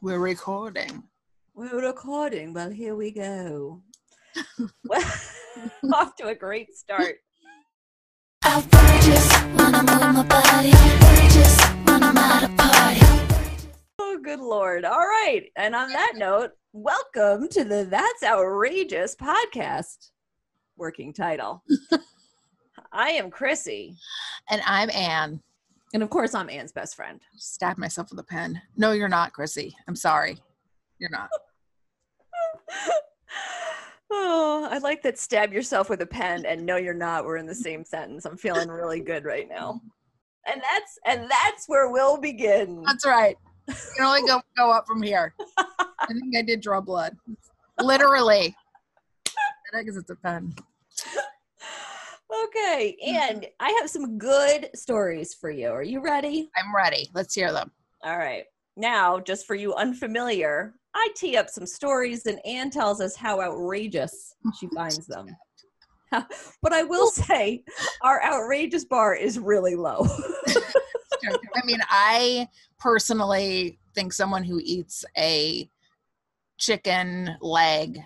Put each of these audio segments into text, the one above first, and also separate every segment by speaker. Speaker 1: We're recording.
Speaker 2: We're recording. Well, here we go. well, off to a great start.
Speaker 3: Outrageous when I'm with my body. Outrageous when I'm at a party.
Speaker 2: Oh, good lord. All right. And on that note, welcome to the That's Outrageous podcast. Working title. I am Chrissy.
Speaker 1: And I'm Anne.
Speaker 2: And of course, I'm Anne's best friend.
Speaker 1: Stab myself with a pen. No, you're not, Chrissy. I'm sorry. You're not.
Speaker 2: Oh, I like that stab yourself with a pen and no you're not We're in the same sentence. I'm feeling really good right now. And that's and that's where we'll begin.
Speaker 1: That's right. You can only go, go up from here. I think I did draw blood. Literally. I guess it's a pen.
Speaker 2: Okay,
Speaker 1: Mm-hmm.
Speaker 2: and I have some good stories for you. Are you ready?
Speaker 1: I'm ready. Let's hear them.
Speaker 2: All right. Now, just for you unfamiliar, I tee up some stories and Anne tells us how outrageous she finds them. but I will say our outrageous bar is really low.
Speaker 1: I mean, I personally think someone who eats a chicken leg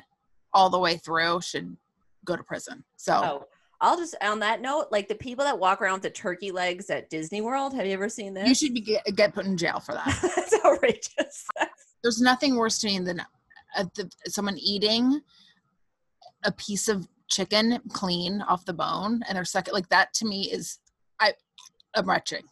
Speaker 1: all the way through should go to prison. So
Speaker 2: Oh, I'll just on that note, like the people that walk around with the turkey legs at Disney World, have you ever seen
Speaker 1: you
Speaker 2: this?
Speaker 1: should be get, get put in jail for that.
Speaker 2: That's outrageous.
Speaker 1: There's nothing worse to me than uh the, someone eating a piece of chicken clean off the bone and they're sucking like that to me is I I'm retching.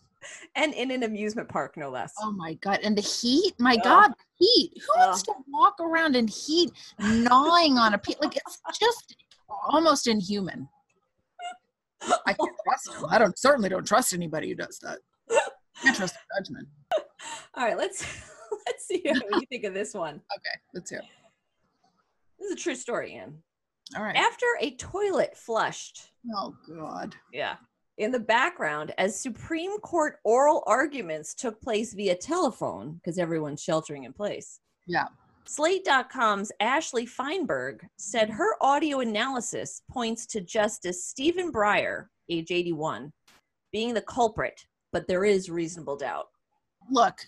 Speaker 2: and in an amusement park, no less.
Speaker 1: Oh my god! And the heat, my
Speaker 2: Oh.
Speaker 1: god, heat. Who wants
Speaker 2: Ugh.
Speaker 1: to walk around in heat, gnawing on a pe- like it's just almost inhuman. I can't trust them. I don't certainly don't trust anybody who does that. I trust their judgment.
Speaker 2: All right, let's let's see what you think of this one.
Speaker 1: Okay, let's hear. it.
Speaker 2: This is a true story, Anne.
Speaker 1: All right.
Speaker 2: After a toilet flushed,
Speaker 1: Oh god.
Speaker 2: yeah, in the background, as Supreme Court oral arguments took place via telephone, because everyone's sheltering in place.
Speaker 1: Yeah.
Speaker 2: Slate.com's Ashley Feinberg said her audio analysis points to Justice Stephen Breyer, age 81, being the culprit, but there is reasonable doubt.
Speaker 1: Look,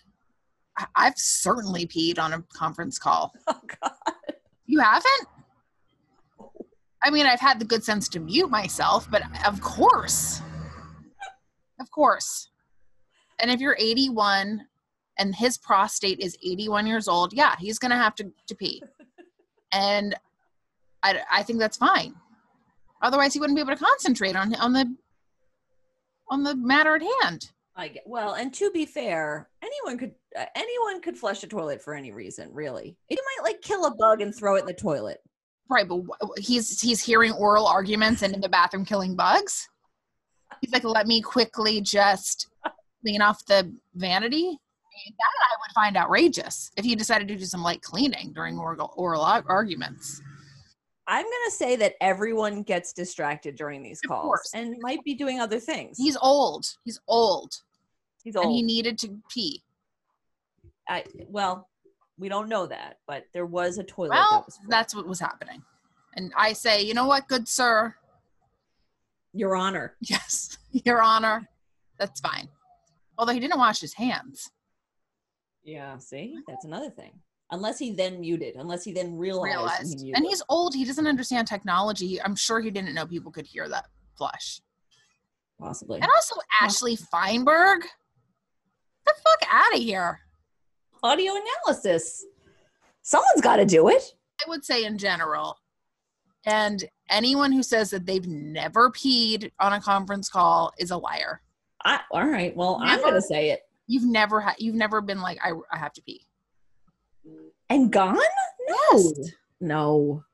Speaker 1: I- I've certainly peed on a conference call.
Speaker 2: Oh, God.
Speaker 1: You haven't? I mean, I've had the good sense to mute myself, but of course. Of course. And if you're 81 and his prostate is 81 years old, yeah, he's going to have to to pee. And I, I think that's fine. Otherwise, he wouldn't be able to concentrate on on the on the matter at hand.
Speaker 2: I get, well, and to be fair, anyone could uh, anyone could flush a toilet for any reason, really. You might like kill a bug and throw it in the toilet.
Speaker 1: Right, but wh- he's he's hearing oral arguments and in the bathroom killing bugs. He's like, let me quickly just clean off the vanity. That I would find outrageous if he decided to do some light cleaning during oral, oral ar- arguments.
Speaker 2: I'm gonna say that everyone gets distracted during these
Speaker 1: Of
Speaker 2: calls
Speaker 1: course.
Speaker 2: and might be doing other things.
Speaker 1: He's old. He's old,
Speaker 2: He's old.
Speaker 1: and he needed to pee.
Speaker 2: I, well, we don't know that, but there was a toilet. that
Speaker 1: Well,
Speaker 2: was full.
Speaker 1: that's what was happening. And I say, you know what, good sir,
Speaker 2: Your Honor.
Speaker 1: yes, Your Honor, that's fine. Although he didn't wash his hands.
Speaker 2: Yeah, see, that's another thing. Unless he then muted, unless he then realized,
Speaker 1: realized.
Speaker 2: he muted.
Speaker 1: And he's old. He doesn't understand technology. I'm sure he didn't know people could hear that flush.
Speaker 2: possibly.
Speaker 1: And also Ashley Feinberg. The fuck out of here.
Speaker 2: Audio analysis. Someone's got to do it.
Speaker 1: I would say in general. And anyone who says that they've never peed on a conference call is a liar.
Speaker 2: I, all right. Well, I'm going
Speaker 1: Never.
Speaker 2: to say it.
Speaker 1: You've never had you've never been like I, I have to pee.
Speaker 2: And gone? No. No.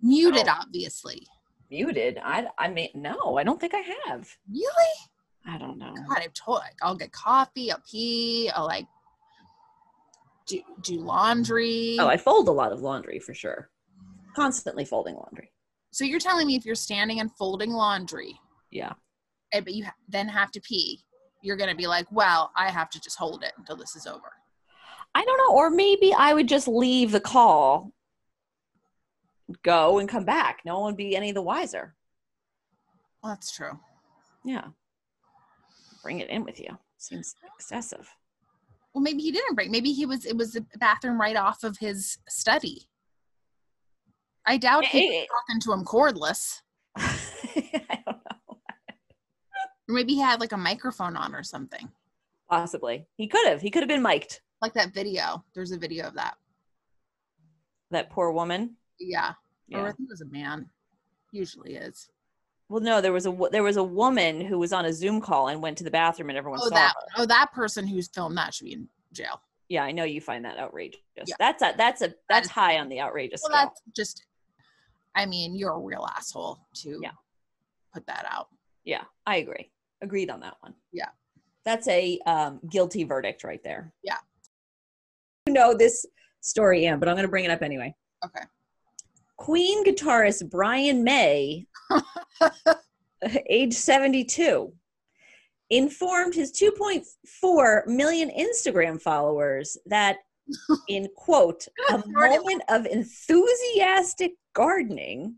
Speaker 1: Muted obviously.
Speaker 2: Muted. I, I mean, no, I don't think I have.
Speaker 1: Really?
Speaker 2: I don't know.
Speaker 1: God, I've told like, I'll get coffee, I'll pee, I'll like do, do laundry.
Speaker 2: Oh, I fold a lot of laundry for sure. Constantly folding laundry.
Speaker 1: So you're telling me if you're standing and folding laundry,
Speaker 2: Yeah.
Speaker 1: and, but you ha- then have to pee, you're gonna be like, "Well, I have to just hold it until this is over."
Speaker 2: I don't know. Or maybe I would just leave the call, go and come back. No one would be any the wiser.
Speaker 1: Well, that's true.
Speaker 2: Yeah. Bring it in with you. Seems excessive.
Speaker 1: Well, maybe he didn't break. Maybe he was. It was the bathroom right off of his study. I doubt he
Speaker 2: It- it-
Speaker 1: talking to him cordless.
Speaker 2: I don't know.
Speaker 1: Or maybe he had like a microphone on or something.
Speaker 2: Possibly. He could have. He could have been mic'd.
Speaker 1: Like that video. There's a video of that.
Speaker 2: That poor woman.
Speaker 1: Yeah. Or I
Speaker 2: Yeah.
Speaker 1: think it was a man. Usually is.
Speaker 2: Well, no, there was a wo- there was a woman who was on a Zoom call and went to the bathroom and everyone
Speaker 1: Oh,
Speaker 2: saw
Speaker 1: that
Speaker 2: her.
Speaker 1: oh that person who's filmed that should be in jail.
Speaker 2: Yeah, I know you find that outrageous.
Speaker 1: Yeah.
Speaker 2: That's a that's a that's
Speaker 1: is-
Speaker 2: high on the outrageous
Speaker 1: Well,
Speaker 2: scale.
Speaker 1: that's just. I mean, you're a real asshole to
Speaker 2: Yeah.
Speaker 1: put that out.
Speaker 2: Yeah, I agree. Agreed on that one.
Speaker 1: Yeah.
Speaker 2: That's a um, guilty verdict right there.
Speaker 1: Yeah.
Speaker 2: You know this story, Anne, but I'm going to bring it up anyway.
Speaker 1: Okay.
Speaker 2: Queen guitarist Brian May, age 72, informed his 2.4 million Instagram followers that, in quote, a
Speaker 1: Lord.
Speaker 2: moment of enthusiastic gardening,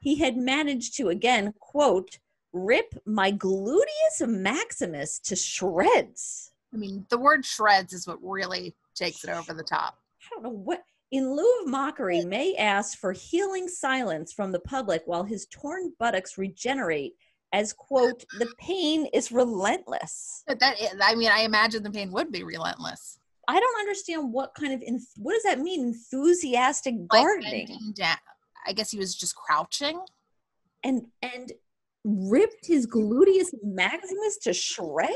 Speaker 2: he had managed to again, quote, rip my gluteus maximus to shreds.
Speaker 1: I mean, the word shreds is what really takes it over the top.
Speaker 2: I don't know what. In lieu of mockery, May asks for healing silence from the public while his torn buttocks regenerate, as, quote, the pain is relentless.
Speaker 1: But that, is, I mean, I imagine the pain would be relentless.
Speaker 2: I don't understand what kind of, enth- what does that mean, enthusiastic
Speaker 1: Like,
Speaker 2: gardening?
Speaker 1: bending down- I guess he was just crouching.
Speaker 2: and and ripped his gluteus maximus to shreds.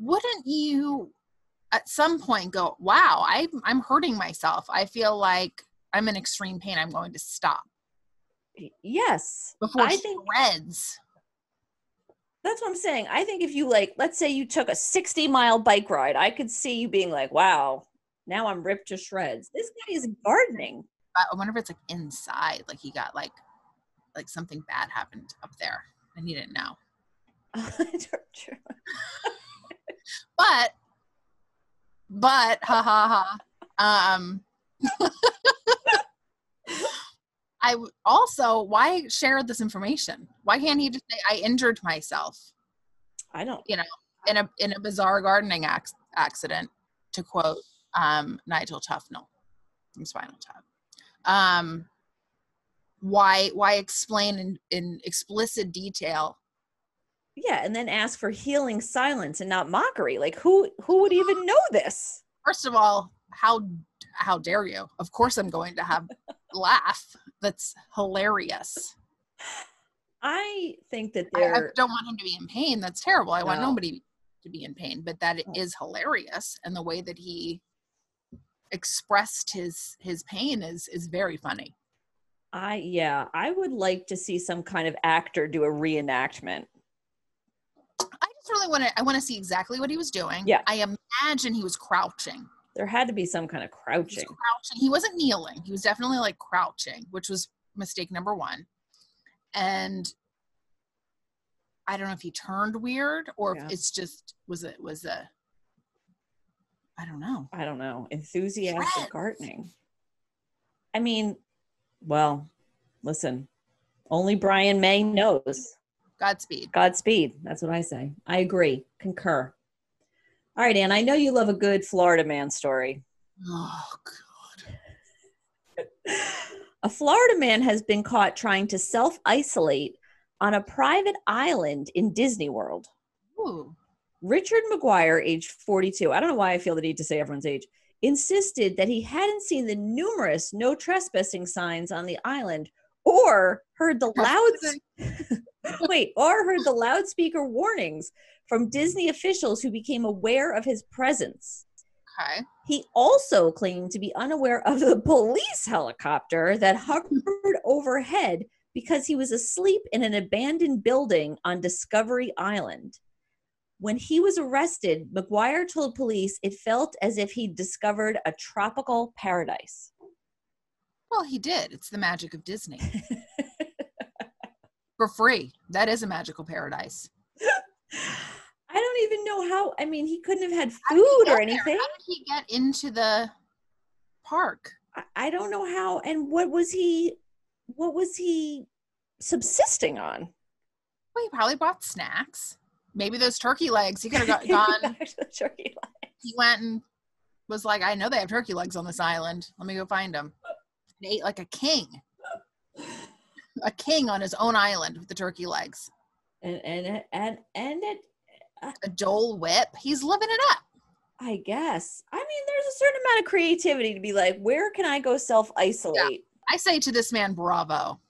Speaker 1: wouldn't you at some point go wow I, i'm hurting myself i feel like i'm in extreme pain i'm going to stop
Speaker 2: Y- Yes,
Speaker 1: before
Speaker 2: I
Speaker 1: I
Speaker 2: think-
Speaker 1: shreds
Speaker 2: that's what I'm saying. I think if you like, let's say you took a 60 mile bike ride, I could see you being like, "Wow, now I'm ripped to shreds." This guy is gardening.
Speaker 1: i I wonder if it's like inside like he got like like something bad happened up there and he didn't know but but ha ha ha um i w- also why share this information why can't he just say i injured myself
Speaker 2: I don't.
Speaker 1: in a in a bizarre gardening ac- accident, to quote um, Nigel Tufnell from Spinal Tap. Um, why why explain in, in explicit detail?
Speaker 2: Yeah, and then ask for healing silence and not mockery. Like who who would even know this?
Speaker 1: First of all, how how dare you? Of course, I'm going to have laugh. That's hilarious.
Speaker 2: I think that
Speaker 1: I, I
Speaker 2: they're
Speaker 1: don't want him to be in pain. That's terrible. I want
Speaker 2: No.
Speaker 1: nobody to be in pain, but that it
Speaker 2: Oh.
Speaker 1: is hilarious, and the way that he expressed his his pain is is very funny.
Speaker 2: I yeah, I would like to see some kind of actor do a reenactment.
Speaker 1: I just really want to. I want to see exactly what he was doing.
Speaker 2: Yeah.
Speaker 1: I imagine he was crouching.
Speaker 2: There had to be some kind of
Speaker 1: He was
Speaker 2: crouching.
Speaker 1: crouching. He wasn't kneeling. He was definitely like crouching, which was mistake number one. And I don't know if he turned weird or
Speaker 2: Yeah.
Speaker 1: if it's just was it was a. I don't know.
Speaker 2: I don't know, enthusiastic
Speaker 1: Shreds.
Speaker 2: gardening. I mean, well, listen, only Brian May knows.
Speaker 1: Godspeed.
Speaker 2: Godspeed. That's what I say. I agree. Concur. All right, Anne, I know you love a good Florida man story.
Speaker 1: Oh, God.
Speaker 2: A Florida man has been caught trying to self isolate on a private island in Disney World.
Speaker 1: Ooh.
Speaker 2: Richard McGuire, age 42, I don't know why I feel the need to say everyone's age, insisted that he hadn't seen the numerous no trespassing signs on the island or heard the loud wait or heard the loudspeaker warnings from Disney officials who became aware of his presence.
Speaker 1: Okay.
Speaker 2: He also claimed to be unaware of the police helicopter that hovered overhead because he was asleep in an abandoned building on Discovery Island. When he was arrested, McGuire told police it felt as if he'd discovered a tropical paradise.
Speaker 1: Well, he did. It's the magic of Disney. For free. That is a magical paradise.
Speaker 2: I don't even know how, I mean, he couldn't have had
Speaker 1: How did he
Speaker 2: food
Speaker 1: get
Speaker 2: or
Speaker 1: there?
Speaker 2: anything.
Speaker 1: How did he get into the park?
Speaker 2: I- I don't know how, and what was he, what was he subsisting on?
Speaker 1: Well, he probably bought snacks. Maybe those turkey legs. He could have got, gone.
Speaker 2: Back to the turkey leg.
Speaker 1: he went and was like, I know they have turkey legs on this island. Let me go find them. And ate like a king. A king on his own island with the turkey legs.
Speaker 2: and and and and it
Speaker 1: A Dole whip. He's living it up.
Speaker 2: I guess. I mean, there's a certain amount of creativity to be like, where can I go self isolate?
Speaker 1: I say to this man, bravo.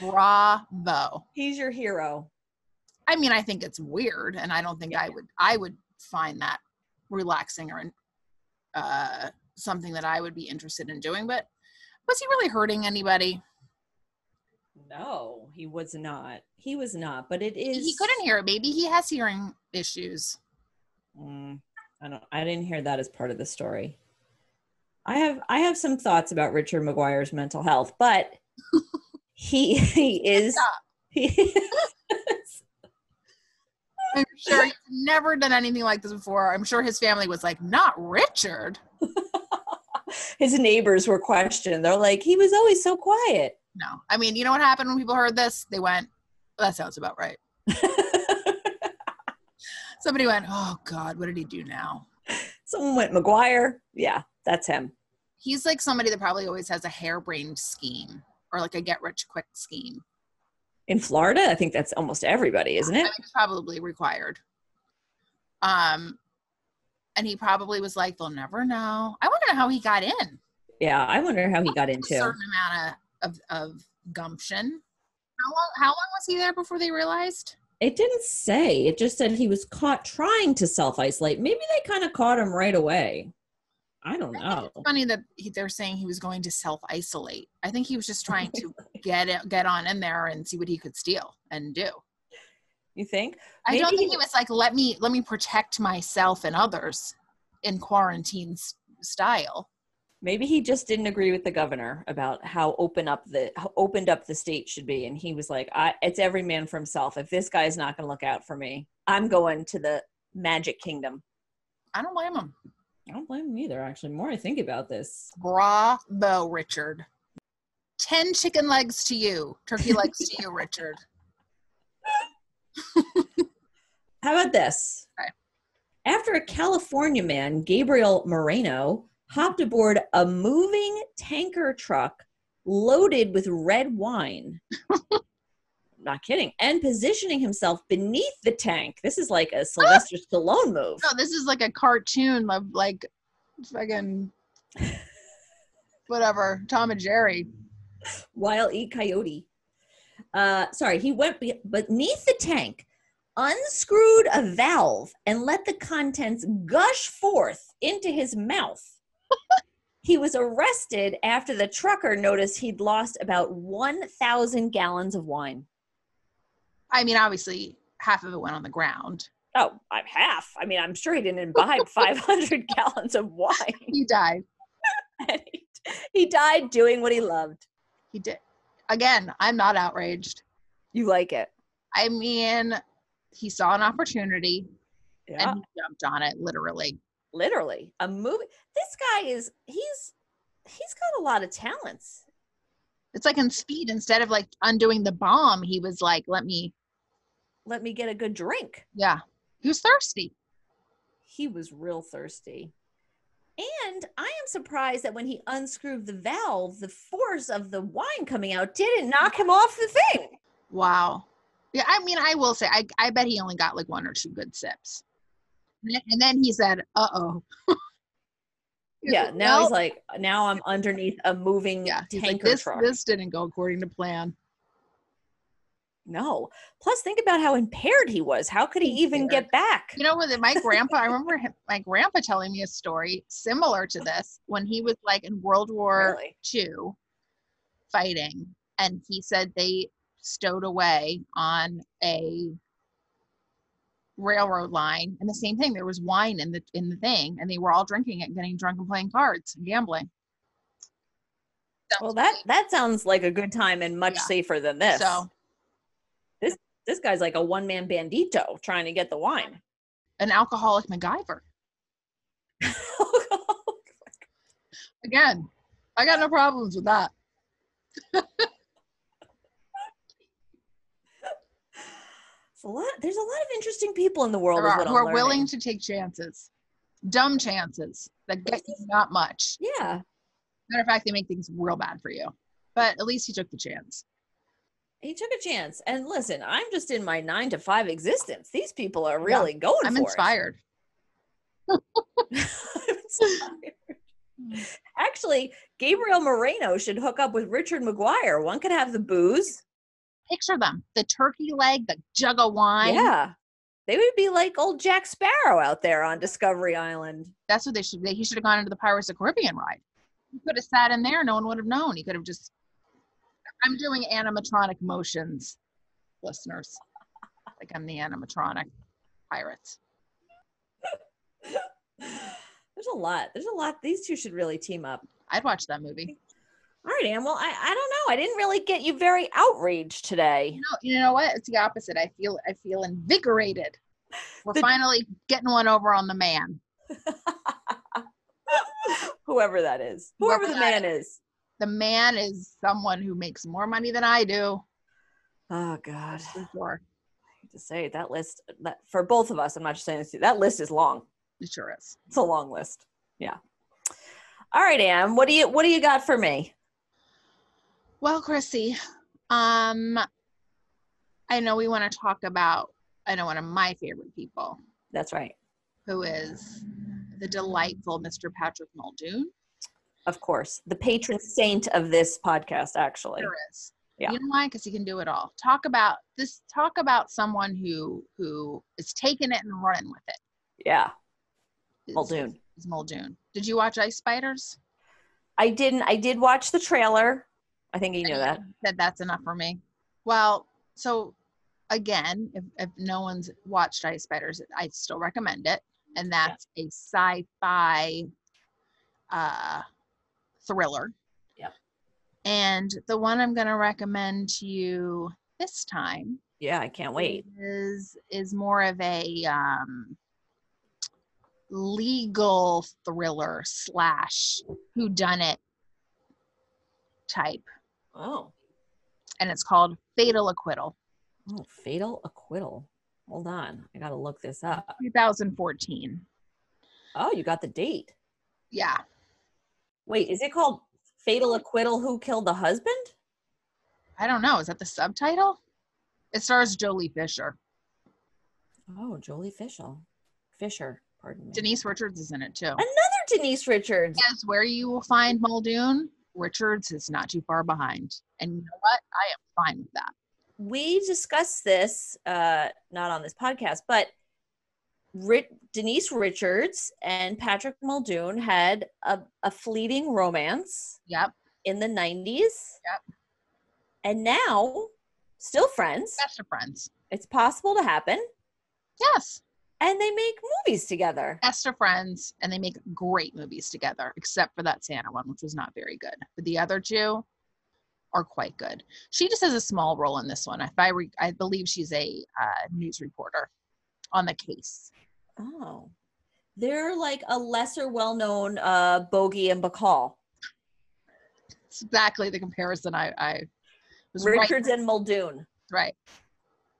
Speaker 1: bravo.
Speaker 2: He's your hero.
Speaker 1: I mean, I think it's weird, and I don't think I would I would find that relaxing or uh, something that I would be interested in doing. But was he really hurting anybody?
Speaker 2: No, he was not. He was not. But it is.
Speaker 1: He couldn't hear. Maybe he has hearing issues.
Speaker 2: Mm, I don't. I didn't hear that as part of the story. I have. I have some thoughts about Richard McGuire's mental health, but he he is.
Speaker 1: Stop.
Speaker 2: He,
Speaker 1: I'm sure he's never done anything like this before. I'm sure his family was like, "Not Richard."
Speaker 2: his neighbors were questioned. They're like, he was always so quiet.
Speaker 1: No, I mean, you know what happened when people heard this? They went, "That sounds about right." Somebody went, "Oh God, what did he do now?"
Speaker 2: Someone went McGuire. Yeah, that's him.
Speaker 1: he's like somebody that probably always has a harebrained scheme or like a get rich quick scheme.
Speaker 2: In Florida, I think that's almost everybody, isn't
Speaker 1: I
Speaker 2: it?
Speaker 1: mean, it's probably required. Um, and he probably was like, "They'll never know." I wonder how he got in.
Speaker 2: Yeah, I wonder how he got
Speaker 1: A
Speaker 2: into.
Speaker 1: certain amount of, of of gumption. How long? How long was he there before they realized?
Speaker 2: It didn't say. It just said he was caught trying to self isolate. Maybe they kind of caught him right away. I don't know.
Speaker 1: It's funny that he, they're saying he was going to self isolate. I think he was just trying to get it, get on in there and see what he could steal and do.
Speaker 2: You think?
Speaker 1: I don't
Speaker 2: Maybe
Speaker 1: think
Speaker 2: he-
Speaker 1: it was like let me let me protect myself and others in quarantine s- style.
Speaker 2: Maybe he just didn't agree with the governor about how open up the how opened up the state should be, and he was like, I, "It's every man for himself. If this guy's not going to look out for me, I'm going to the Magic Kingdom."
Speaker 1: I don't blame him.
Speaker 2: I don't blame him either. Actually, the more I think about this,
Speaker 1: Bravo, Richard. Ten chicken legs to you, turkey legs to you, Richard.
Speaker 2: How about this?
Speaker 1: Okay.
Speaker 2: After a California man, Gabriel Moreno, hopped aboard a moving tanker truck loaded with red wine. Not kidding. And positioning himself beneath the tank. This is like a Sylvester Stallone move.
Speaker 1: Ah! No, this is like a cartoon of like fucking whatever Tom and Jerry.
Speaker 2: While E. Coyote. Uh, sorry, he went be- beneath the tank, unscrewed a valve, and let the contents gush forth into his mouth. he was arrested after the trucker noticed he'd lost about 1,000 gallons of wine.
Speaker 1: I mean, obviously, half of it went on the ground.
Speaker 2: Oh, I'm half. I mean, I'm sure he didn't imbibe 500 gallons of wine.
Speaker 1: He died.
Speaker 2: And he, he died doing what he loved.
Speaker 1: He did. Again, I'm not outraged.
Speaker 2: You like it.
Speaker 1: I mean, he saw an opportunity. and he jumped on it literally.
Speaker 2: literally a movie this guy is he's he's got a lot of talents
Speaker 1: It's like in speed, instead of like undoing the bomb, he was like, let me,
Speaker 2: let me get a good drink
Speaker 1: yeah. He was thirsty.
Speaker 2: he was real thirsty and i am surprised that when he unscrewed the valve the force of the wine coming out didn't knock him off the thing
Speaker 1: Wow. Yeah, I mean, I will say, I, I bet he only got like one or two good sips. And then- And then he said, uh oh.
Speaker 2: yeah now he's like now i'm underneath a moving
Speaker 1: yeah, he's
Speaker 2: tanker
Speaker 1: like, this,
Speaker 2: truck
Speaker 1: this didn't go according to plan.
Speaker 2: no plus think about how impaired he was how could he even
Speaker 1: Impaired.
Speaker 2: get back
Speaker 1: You know, with my grandpa, I remember him, my grandpa telling me a story similar to this when he was like in World War
Speaker 2: Really?
Speaker 1: two fighting and he said they stowed away on a railroad line and the same thing there was wine in the in the thing and they were all drinking it getting drunk and playing cards and gambling
Speaker 2: well that that sounds like a good time and much
Speaker 1: Yeah.
Speaker 2: safer than this
Speaker 1: so
Speaker 2: this guy's like a one man bandito trying to get the wine.
Speaker 1: an alcoholic macgyver again i got no problems with that
Speaker 2: It's a lot. There's a lot of interesting people in the world.
Speaker 1: there
Speaker 2: is
Speaker 1: are,
Speaker 2: what
Speaker 1: who
Speaker 2: I'm
Speaker 1: are willing
Speaker 2: learning.
Speaker 1: to take chances dumb chances that get you not much.
Speaker 2: Yeah.
Speaker 1: Matter of fact, they make things real bad for you. But at least he took the chance.
Speaker 2: He took a chance. And listen, I'm just in my nine to five existence. These people are really going
Speaker 1: I'm
Speaker 2: for
Speaker 1: inspired.
Speaker 2: it. I'm inspired. Actually, Gabriel Moreno should hook up with Richard McGuire. One could have the booze.
Speaker 1: Picture them the turkey leg, the jug of wine.
Speaker 2: Yeah. They would be like old Jack Sparrow out there on Discovery Island.
Speaker 1: That's what they should. They, he should have gone into the Pirates of the Caribbean ride. He could have sat in there. No one would have known. He could have just. I'm doing animatronic motions, listeners. Like I'm the animatronic pirate.
Speaker 2: There's a lot. There's a lot. These two should really team up.
Speaker 1: I'd watch that movie.
Speaker 2: All right, Anne. Well, I, I don't know. I didn't really get you very outraged today.
Speaker 1: No, you know what? It's the opposite. I feel I feel invigorated. We're
Speaker 2: The-
Speaker 1: finally getting one over on the man.
Speaker 2: Whoever that is. Whoever
Speaker 1: Whoever
Speaker 2: the
Speaker 1: that
Speaker 2: man is.
Speaker 1: The man is someone who makes more money than I do.
Speaker 2: Oh God. I
Speaker 1: For sure.
Speaker 2: hate to say that list that for both of us, I'm not just saying this to you, that list is long.
Speaker 1: It sure is.
Speaker 2: It's a long list. Yeah. All right, Anne. What do you what do you got for me?
Speaker 1: Well, Chrissy, um, I know we want to talk about I know one of my favorite people,
Speaker 2: That's right.
Speaker 1: who is the delightful Mr. Patrick Muldoon.
Speaker 2: Of course. The patron saint of this podcast, actually.
Speaker 1: Sure is.
Speaker 2: Yeah.
Speaker 1: You know why? Because he can do it all. Talk about this. Talk about someone who who is taking it and running with it.
Speaker 2: Yeah.
Speaker 1: is-
Speaker 2: Muldoon.
Speaker 1: Is Muldoon. Did you watch Ice Spiders?
Speaker 2: I didn't I did watch the trailer. I think you knew that.
Speaker 1: That that's enough for me. Well, so again, if, if no one's watched Ice Spiders, I still recommend it. And that's a sci-fi uh, thriller.
Speaker 2: Yep.
Speaker 1: And the one I'm going to recommend to you this time
Speaker 2: Yeah, I can't wait.
Speaker 1: is is more of a um, legal thriller slash who done it type
Speaker 2: Oh.
Speaker 1: and it's called Fatal Acquittal,
Speaker 2: Oh, fatal acquittal. Hold on. I gotta look this up.
Speaker 1: 2014.
Speaker 2: Oh, you got the date.
Speaker 1: Yeah,
Speaker 2: Wait, is it called Fatal Acquittal Who Killed the Husband?
Speaker 1: I don't know. Is that the subtitle? It stars Jolie Fisher.
Speaker 2: Oh, Jolie Fishel. Fisher, pardon me.
Speaker 1: Denise Richards is in it too.
Speaker 2: Another Denise Richards.
Speaker 1: Yes, where you will find Muldoon, Richards is not too far behind. And you know what? I am fine with that.
Speaker 2: We discussed this, uh, not on this podcast, but Ri- Denise Richards and Patrick Muldoon had a, a fleeting romance
Speaker 1: Yep,
Speaker 2: in the 90s. Yep. And now, still friends.
Speaker 1: best of friends.
Speaker 2: It's possible to happen.
Speaker 1: Yes,
Speaker 2: And they make movies together.
Speaker 1: best of friends, and they make great movies together, except for that Santa one, which was not very good. But the other two are quite good. She just has a small role in this one. If I, re- I believe she's a uh, news reporter on the case.
Speaker 2: Oh. They're like a lesser well known uh Bogey and Bacall.
Speaker 1: It's exactly the comparison I, I was
Speaker 2: Richards and Muldoon.
Speaker 1: right. Right.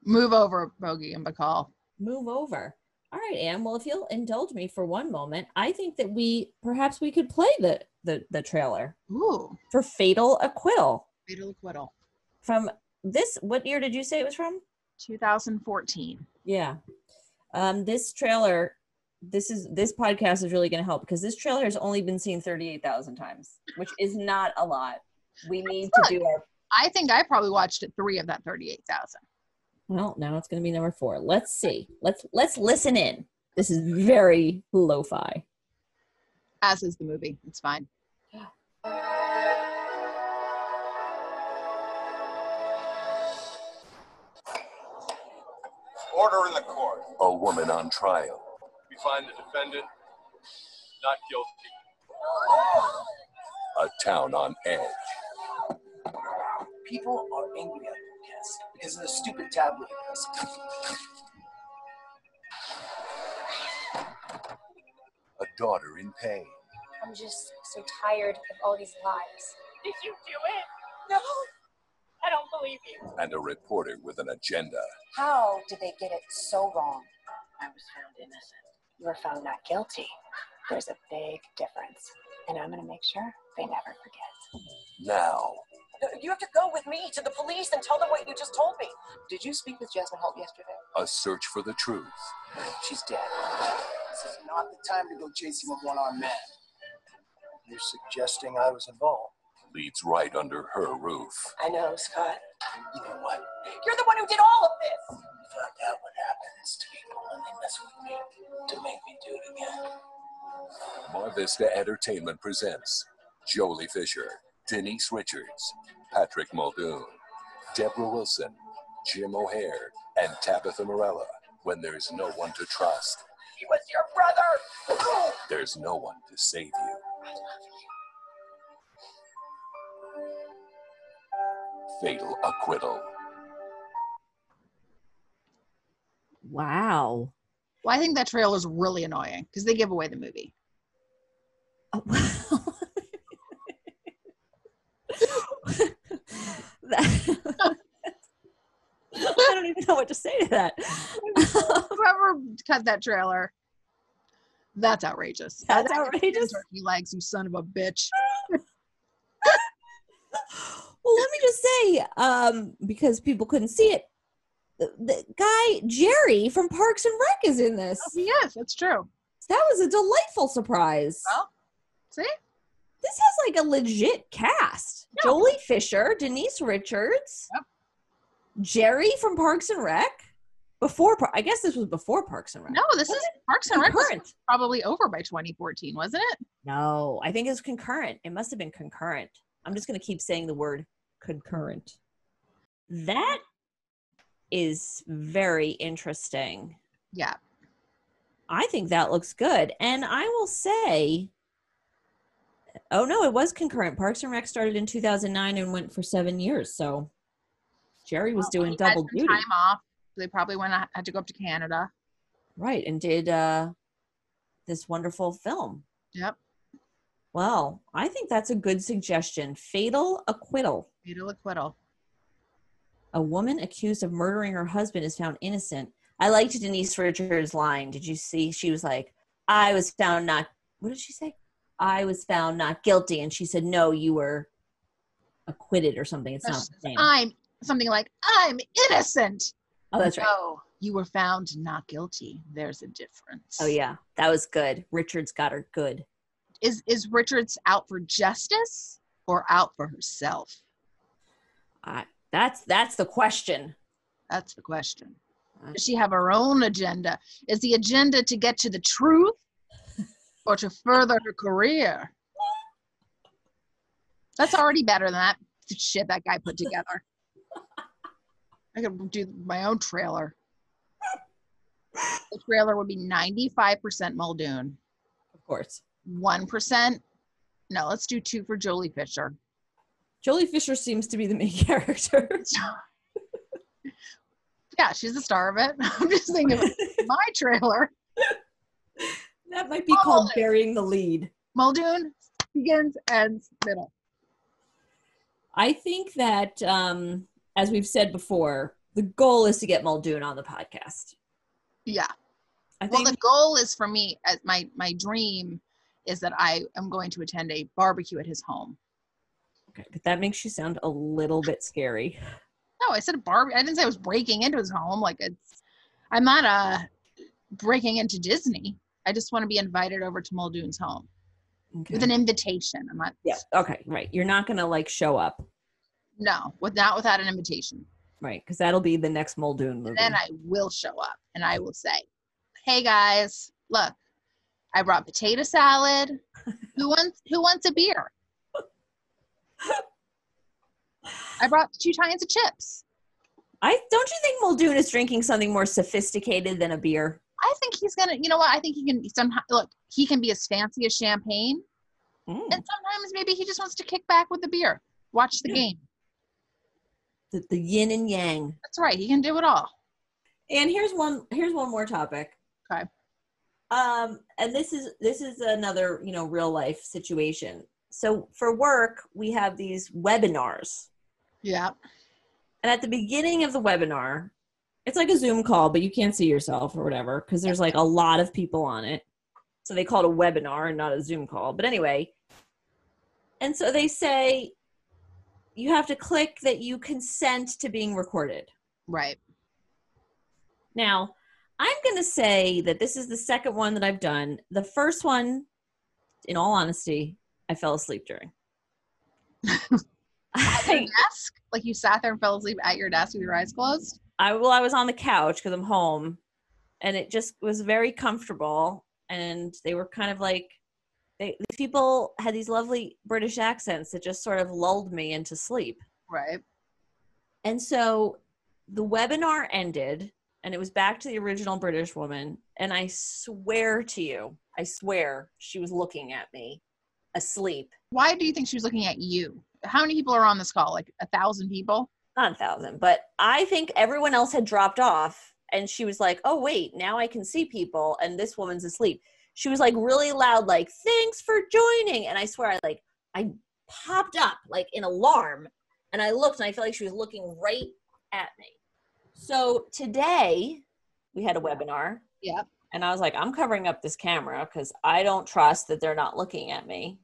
Speaker 1: Move over, Bogey and Bacall.
Speaker 2: Move over. All right, Anne. Well, if you'll indulge me for one moment, I think that we perhaps we could play the the, the trailer
Speaker 1: Ooh,
Speaker 2: for Fatal Acquittal
Speaker 1: fatal acquittal.
Speaker 2: from this what year did you say it was from?
Speaker 1: 2014.
Speaker 2: Yeah. Um this trailer this is this podcast is really going to help because this trailer has only been seen 38,000 times, which is not a lot. We need to do our
Speaker 1: I think I probably watched it three of that 38,000.
Speaker 2: Well, now it's going to be number four. Let's see. Let's let's listen in. This is very lo-fi.
Speaker 1: As is the movie. It's fine.
Speaker 4: Order in the court.
Speaker 5: a woman on trial.
Speaker 4: We find the defendant not guilty.
Speaker 5: A town on edge.
Speaker 6: People are angry at podcasts because of the stupid tablet press.
Speaker 5: A daughter in pain.
Speaker 7: I'm just so tired of all these lies.
Speaker 8: Did you do it? No. I don't believe you.
Speaker 5: And a reporter with an agenda.
Speaker 7: How did they get it so wrong? I was found innocent. you were found not guilty. There's a big difference. And I'm going to make sure they never forget.
Speaker 5: Now,
Speaker 9: No, You have to go with me to the police and tell them what you just told me.
Speaker 6: Did you speak with Jasmine Holt yesterday?
Speaker 5: a search for the truth.
Speaker 6: She's dead. This is not the time to go chasing a one-armed man. You're suggesting I was involved.
Speaker 5: Leads right under her roof.
Speaker 9: I know, Scott.
Speaker 6: You know what?
Speaker 9: You're the one who did all of this.
Speaker 6: Find out what happens to people when they mess with me to make me do it again.
Speaker 5: Mar Vista Entertainment presents Jolie Fisher, Denise Richards, Patrick Muldoon, Deborah Wilson, Jim O'Hare, and Tabitha Morella. When there's no one to trust,
Speaker 9: He was your brother.
Speaker 5: there's no one to save you. Fatal acquittal.
Speaker 2: Wow.
Speaker 1: Well, I think that trailer is really annoying because they give away the movie.
Speaker 2: Oh, That- I don't even know what to say to that.
Speaker 1: Whoever cut that trailer, that's outrageous.
Speaker 2: That's
Speaker 1: That-
Speaker 2: outrageous.
Speaker 1: Turkey legs, you son of a bitch.
Speaker 2: well, let me just say, um, because people couldn't see it, the, the guy Jerry from Parks and Rec is in this.
Speaker 1: Yes, that's true.
Speaker 2: That was a delightful surprise.
Speaker 1: Well, see?
Speaker 2: This has like a legit cast:
Speaker 1: Yeah.
Speaker 2: Jolie Fisher, Denise Richards,
Speaker 1: Yep.
Speaker 2: Jerry from Parks and Rec. Before, Par- I guess this was before Parks and Rec.
Speaker 1: No, this is Parks and Rec was
Speaker 2: concurrent.
Speaker 1: probably over by 2014, wasn't it?
Speaker 2: No, I think it's concurrent. It must have been concurrent. I'm just going to keep saying the word concurrent. That is very interesting.
Speaker 1: Yeah.
Speaker 2: I think that looks good. And I will say, oh no, it was concurrent. Parks and Rec started in 2009 and went for seven years. So Jerry was
Speaker 1: Well,
Speaker 2: doing
Speaker 1: he had
Speaker 2: double
Speaker 1: some
Speaker 2: duty.
Speaker 1: Time off. They probably went had to go up to Canada.
Speaker 2: Right. And did uh, this wonderful film.
Speaker 1: Yep.
Speaker 2: Wow. I think that's a good suggestion. Fatal acquittal.
Speaker 1: Fatal acquittal.
Speaker 2: A woman accused of murdering her husband is found innocent. I liked Denise Richards' line. Did you see? She was like, I was found not, what did she say? I was found not guilty. And she said, No, you were acquitted or something. It's not the same.
Speaker 1: I'm something like I'm innocent.
Speaker 2: Oh, that's right.
Speaker 1: Oh, you were found not guilty. There's a difference.
Speaker 2: Oh, yeah. That was good. Richards got her good.
Speaker 1: Is is Richards out for justice or out for herself?
Speaker 2: I, that's that's the question.
Speaker 1: That's the question.
Speaker 2: Uh.
Speaker 1: Does she have her own agenda? Is the agenda to get to the truth or to further her career? That's already better than that shit that guy put together. I could do my own trailer. The trailer would be 95% Muldoon,
Speaker 2: Of course.
Speaker 1: 1%. No, let's do two for Jolie Fisher.
Speaker 2: Jolie Fisher seems to be the main character.
Speaker 1: Yeah, she's the star of it. I'm just thinking of my trailer.
Speaker 2: that might be
Speaker 1: Oh,
Speaker 2: called
Speaker 1: there-
Speaker 2: burying the lead.
Speaker 1: Muldoon begins ends middle.
Speaker 2: I think that, um, as we've said before, the goal is to get Muldoon on the podcast.
Speaker 1: Yeah.
Speaker 2: I
Speaker 1: Well,
Speaker 2: think
Speaker 1: the goal is for me as my my dream is that I am going to attend a barbecue at his home.
Speaker 2: Okay, but that makes you sound a little bit scary.
Speaker 1: No, I said a bar. I didn't say I was breaking into his home. Like it's, I'm not uh breaking into Disney. I just want to be invited over to Muldoon's home
Speaker 2: Okay.
Speaker 1: with an invitation. I'm not.
Speaker 2: yeah. Okay. Right. You're not gonna like show up,
Speaker 1: No, with not without an invitation.
Speaker 2: right? Because that'll be the next Muldoon movie.
Speaker 1: Then I will show up and I will say, "Hey guys, look, I brought potato salad. Who wants who wants a beer? I brought two kinds of chips.
Speaker 2: I don't you think Muldoon is drinking something more sophisticated than a beer?
Speaker 1: I think he's gonna. You know what? I think he can somehow look. He can be as fancy as champagne,
Speaker 2: Mm.
Speaker 1: and sometimes maybe he just wants to kick back with a beer, watch the game.
Speaker 2: The, the yin and yang.
Speaker 1: That's right. He can do it all.
Speaker 2: And here's one. Here's one more topic.
Speaker 1: Okay.
Speaker 2: Um, and this is this is another you know real life situation. So for work, we have these webinars.
Speaker 1: Yeah.
Speaker 2: And at the beginning of the webinar, It's like a Zoom call, but you can't see yourself or whatever because there's like a lot of people on it. So they call it a webinar and not a Zoom call. But anyway, and so they say you have to click that you consent to being recorded.
Speaker 1: Right.
Speaker 2: Now, I'm going to say that this is the second one that I've done. The first one, in all honesty, I fell asleep during.
Speaker 1: At your
Speaker 2: I,
Speaker 1: desk? Like you sat there and fell asleep at your desk with your eyes closed?
Speaker 2: I well, I was on the couch because I'm home, and it just was very comfortable. And they were kind of like, they, these people had these lovely British accents that just sort of lulled me into sleep.
Speaker 1: Right.
Speaker 2: And so the webinar ended and it was back to the original British woman. And I swear to you, I swear she was looking at me asleep.
Speaker 1: Why do you think she was looking at you? How many people are on this call? Like a thousand people?
Speaker 2: Not a thousand, but I think everyone else had dropped off. And she was like, oh, wait, now I can see people. And this woman's asleep. She was like really loud, like, thanks for joining. And I swear, I like, I popped up like in alarm and I looked and I feel like she was looking right at me. So today we had a webinar.
Speaker 1: Yep.
Speaker 2: And I was like, I'm covering up this camera because I don't trust that they're not looking at me.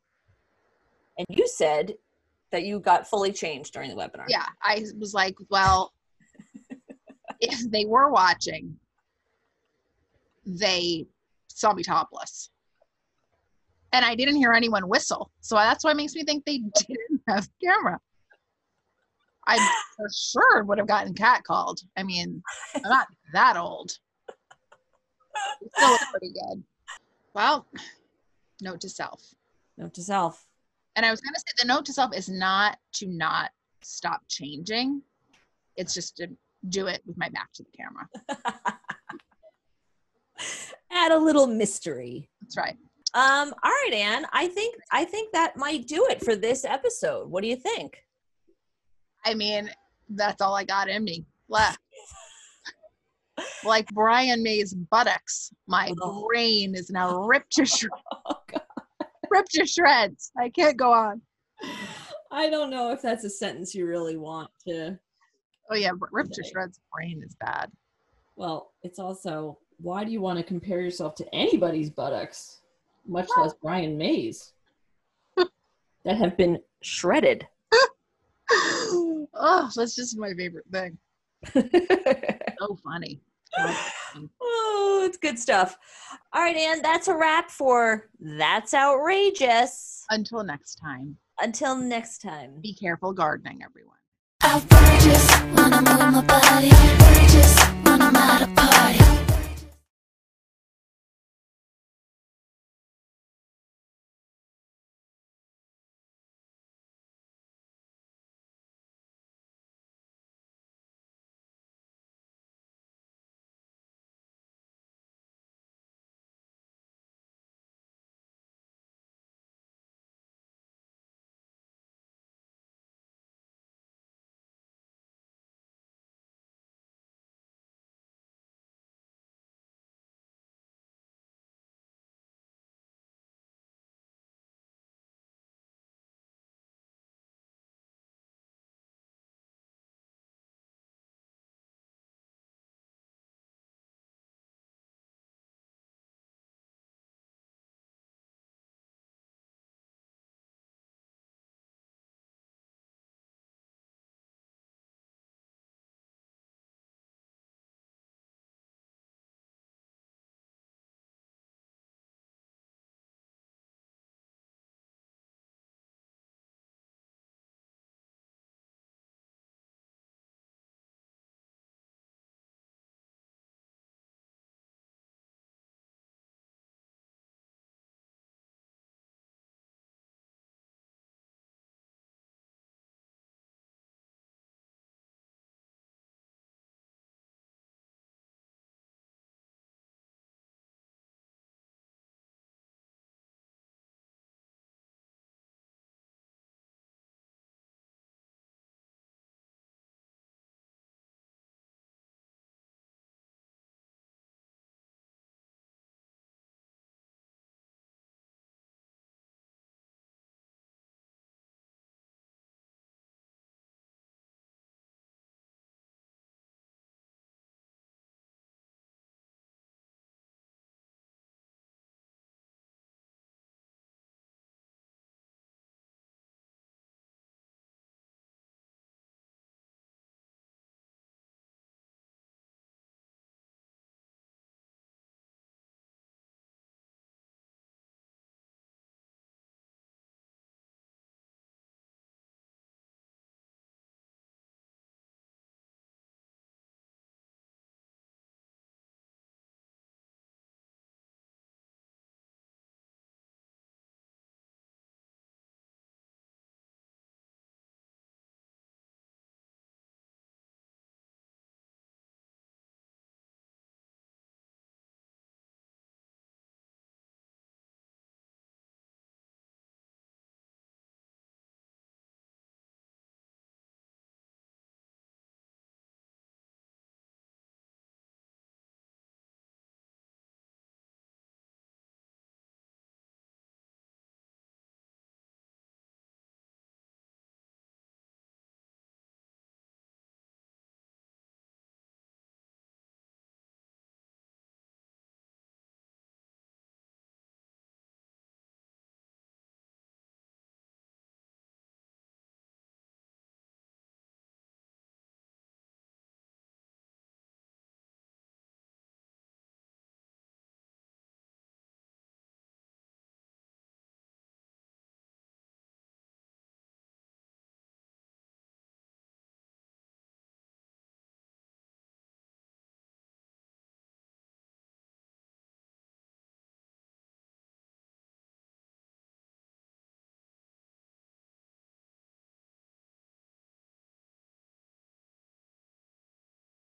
Speaker 2: And you said that you got fully changed during the webinar.
Speaker 1: Yeah. I was like, well, if they were watching, they saw me topless. And I didn't hear anyone whistle. So that's why it makes me think they didn't have camera. I for sure would have gotten catcalled. I mean, I'm not that old. It's Still pretty good. Well, note to self.
Speaker 2: Note to self.
Speaker 1: And I was going to say the note to self is not to not stop changing. It's just to do it with my back to the camera.
Speaker 2: Add a little mystery.
Speaker 1: That's right.
Speaker 2: Um, all right, Anne. I think I think that might do it for this episode. What do you think?
Speaker 1: I mean, that's all I got in me left. like Brian May's buttocks, my
Speaker 2: Ugh.
Speaker 1: brain is now ripped to shreds. ripped to shreds. I can't go on.
Speaker 2: I don't know if that's a sentence you really want to.
Speaker 1: Oh yeah, r- ripped to
Speaker 2: Right.
Speaker 1: shreds. Brain is bad.
Speaker 2: Well, it's also why do you want to compare yourself to anybody's buttocks, much less Brian May's, that have been shredded?
Speaker 1: oh, that's just my favorite thing. So funny.
Speaker 2: oh, it's good stuff. All right, Anne, that's a wrap for That's Outrageous.
Speaker 1: Until next time,
Speaker 2: Until next time.
Speaker 1: be careful gardening, everyone.
Speaker 3: Outrageous when I'm on my body. Outrageous when I'm at a party.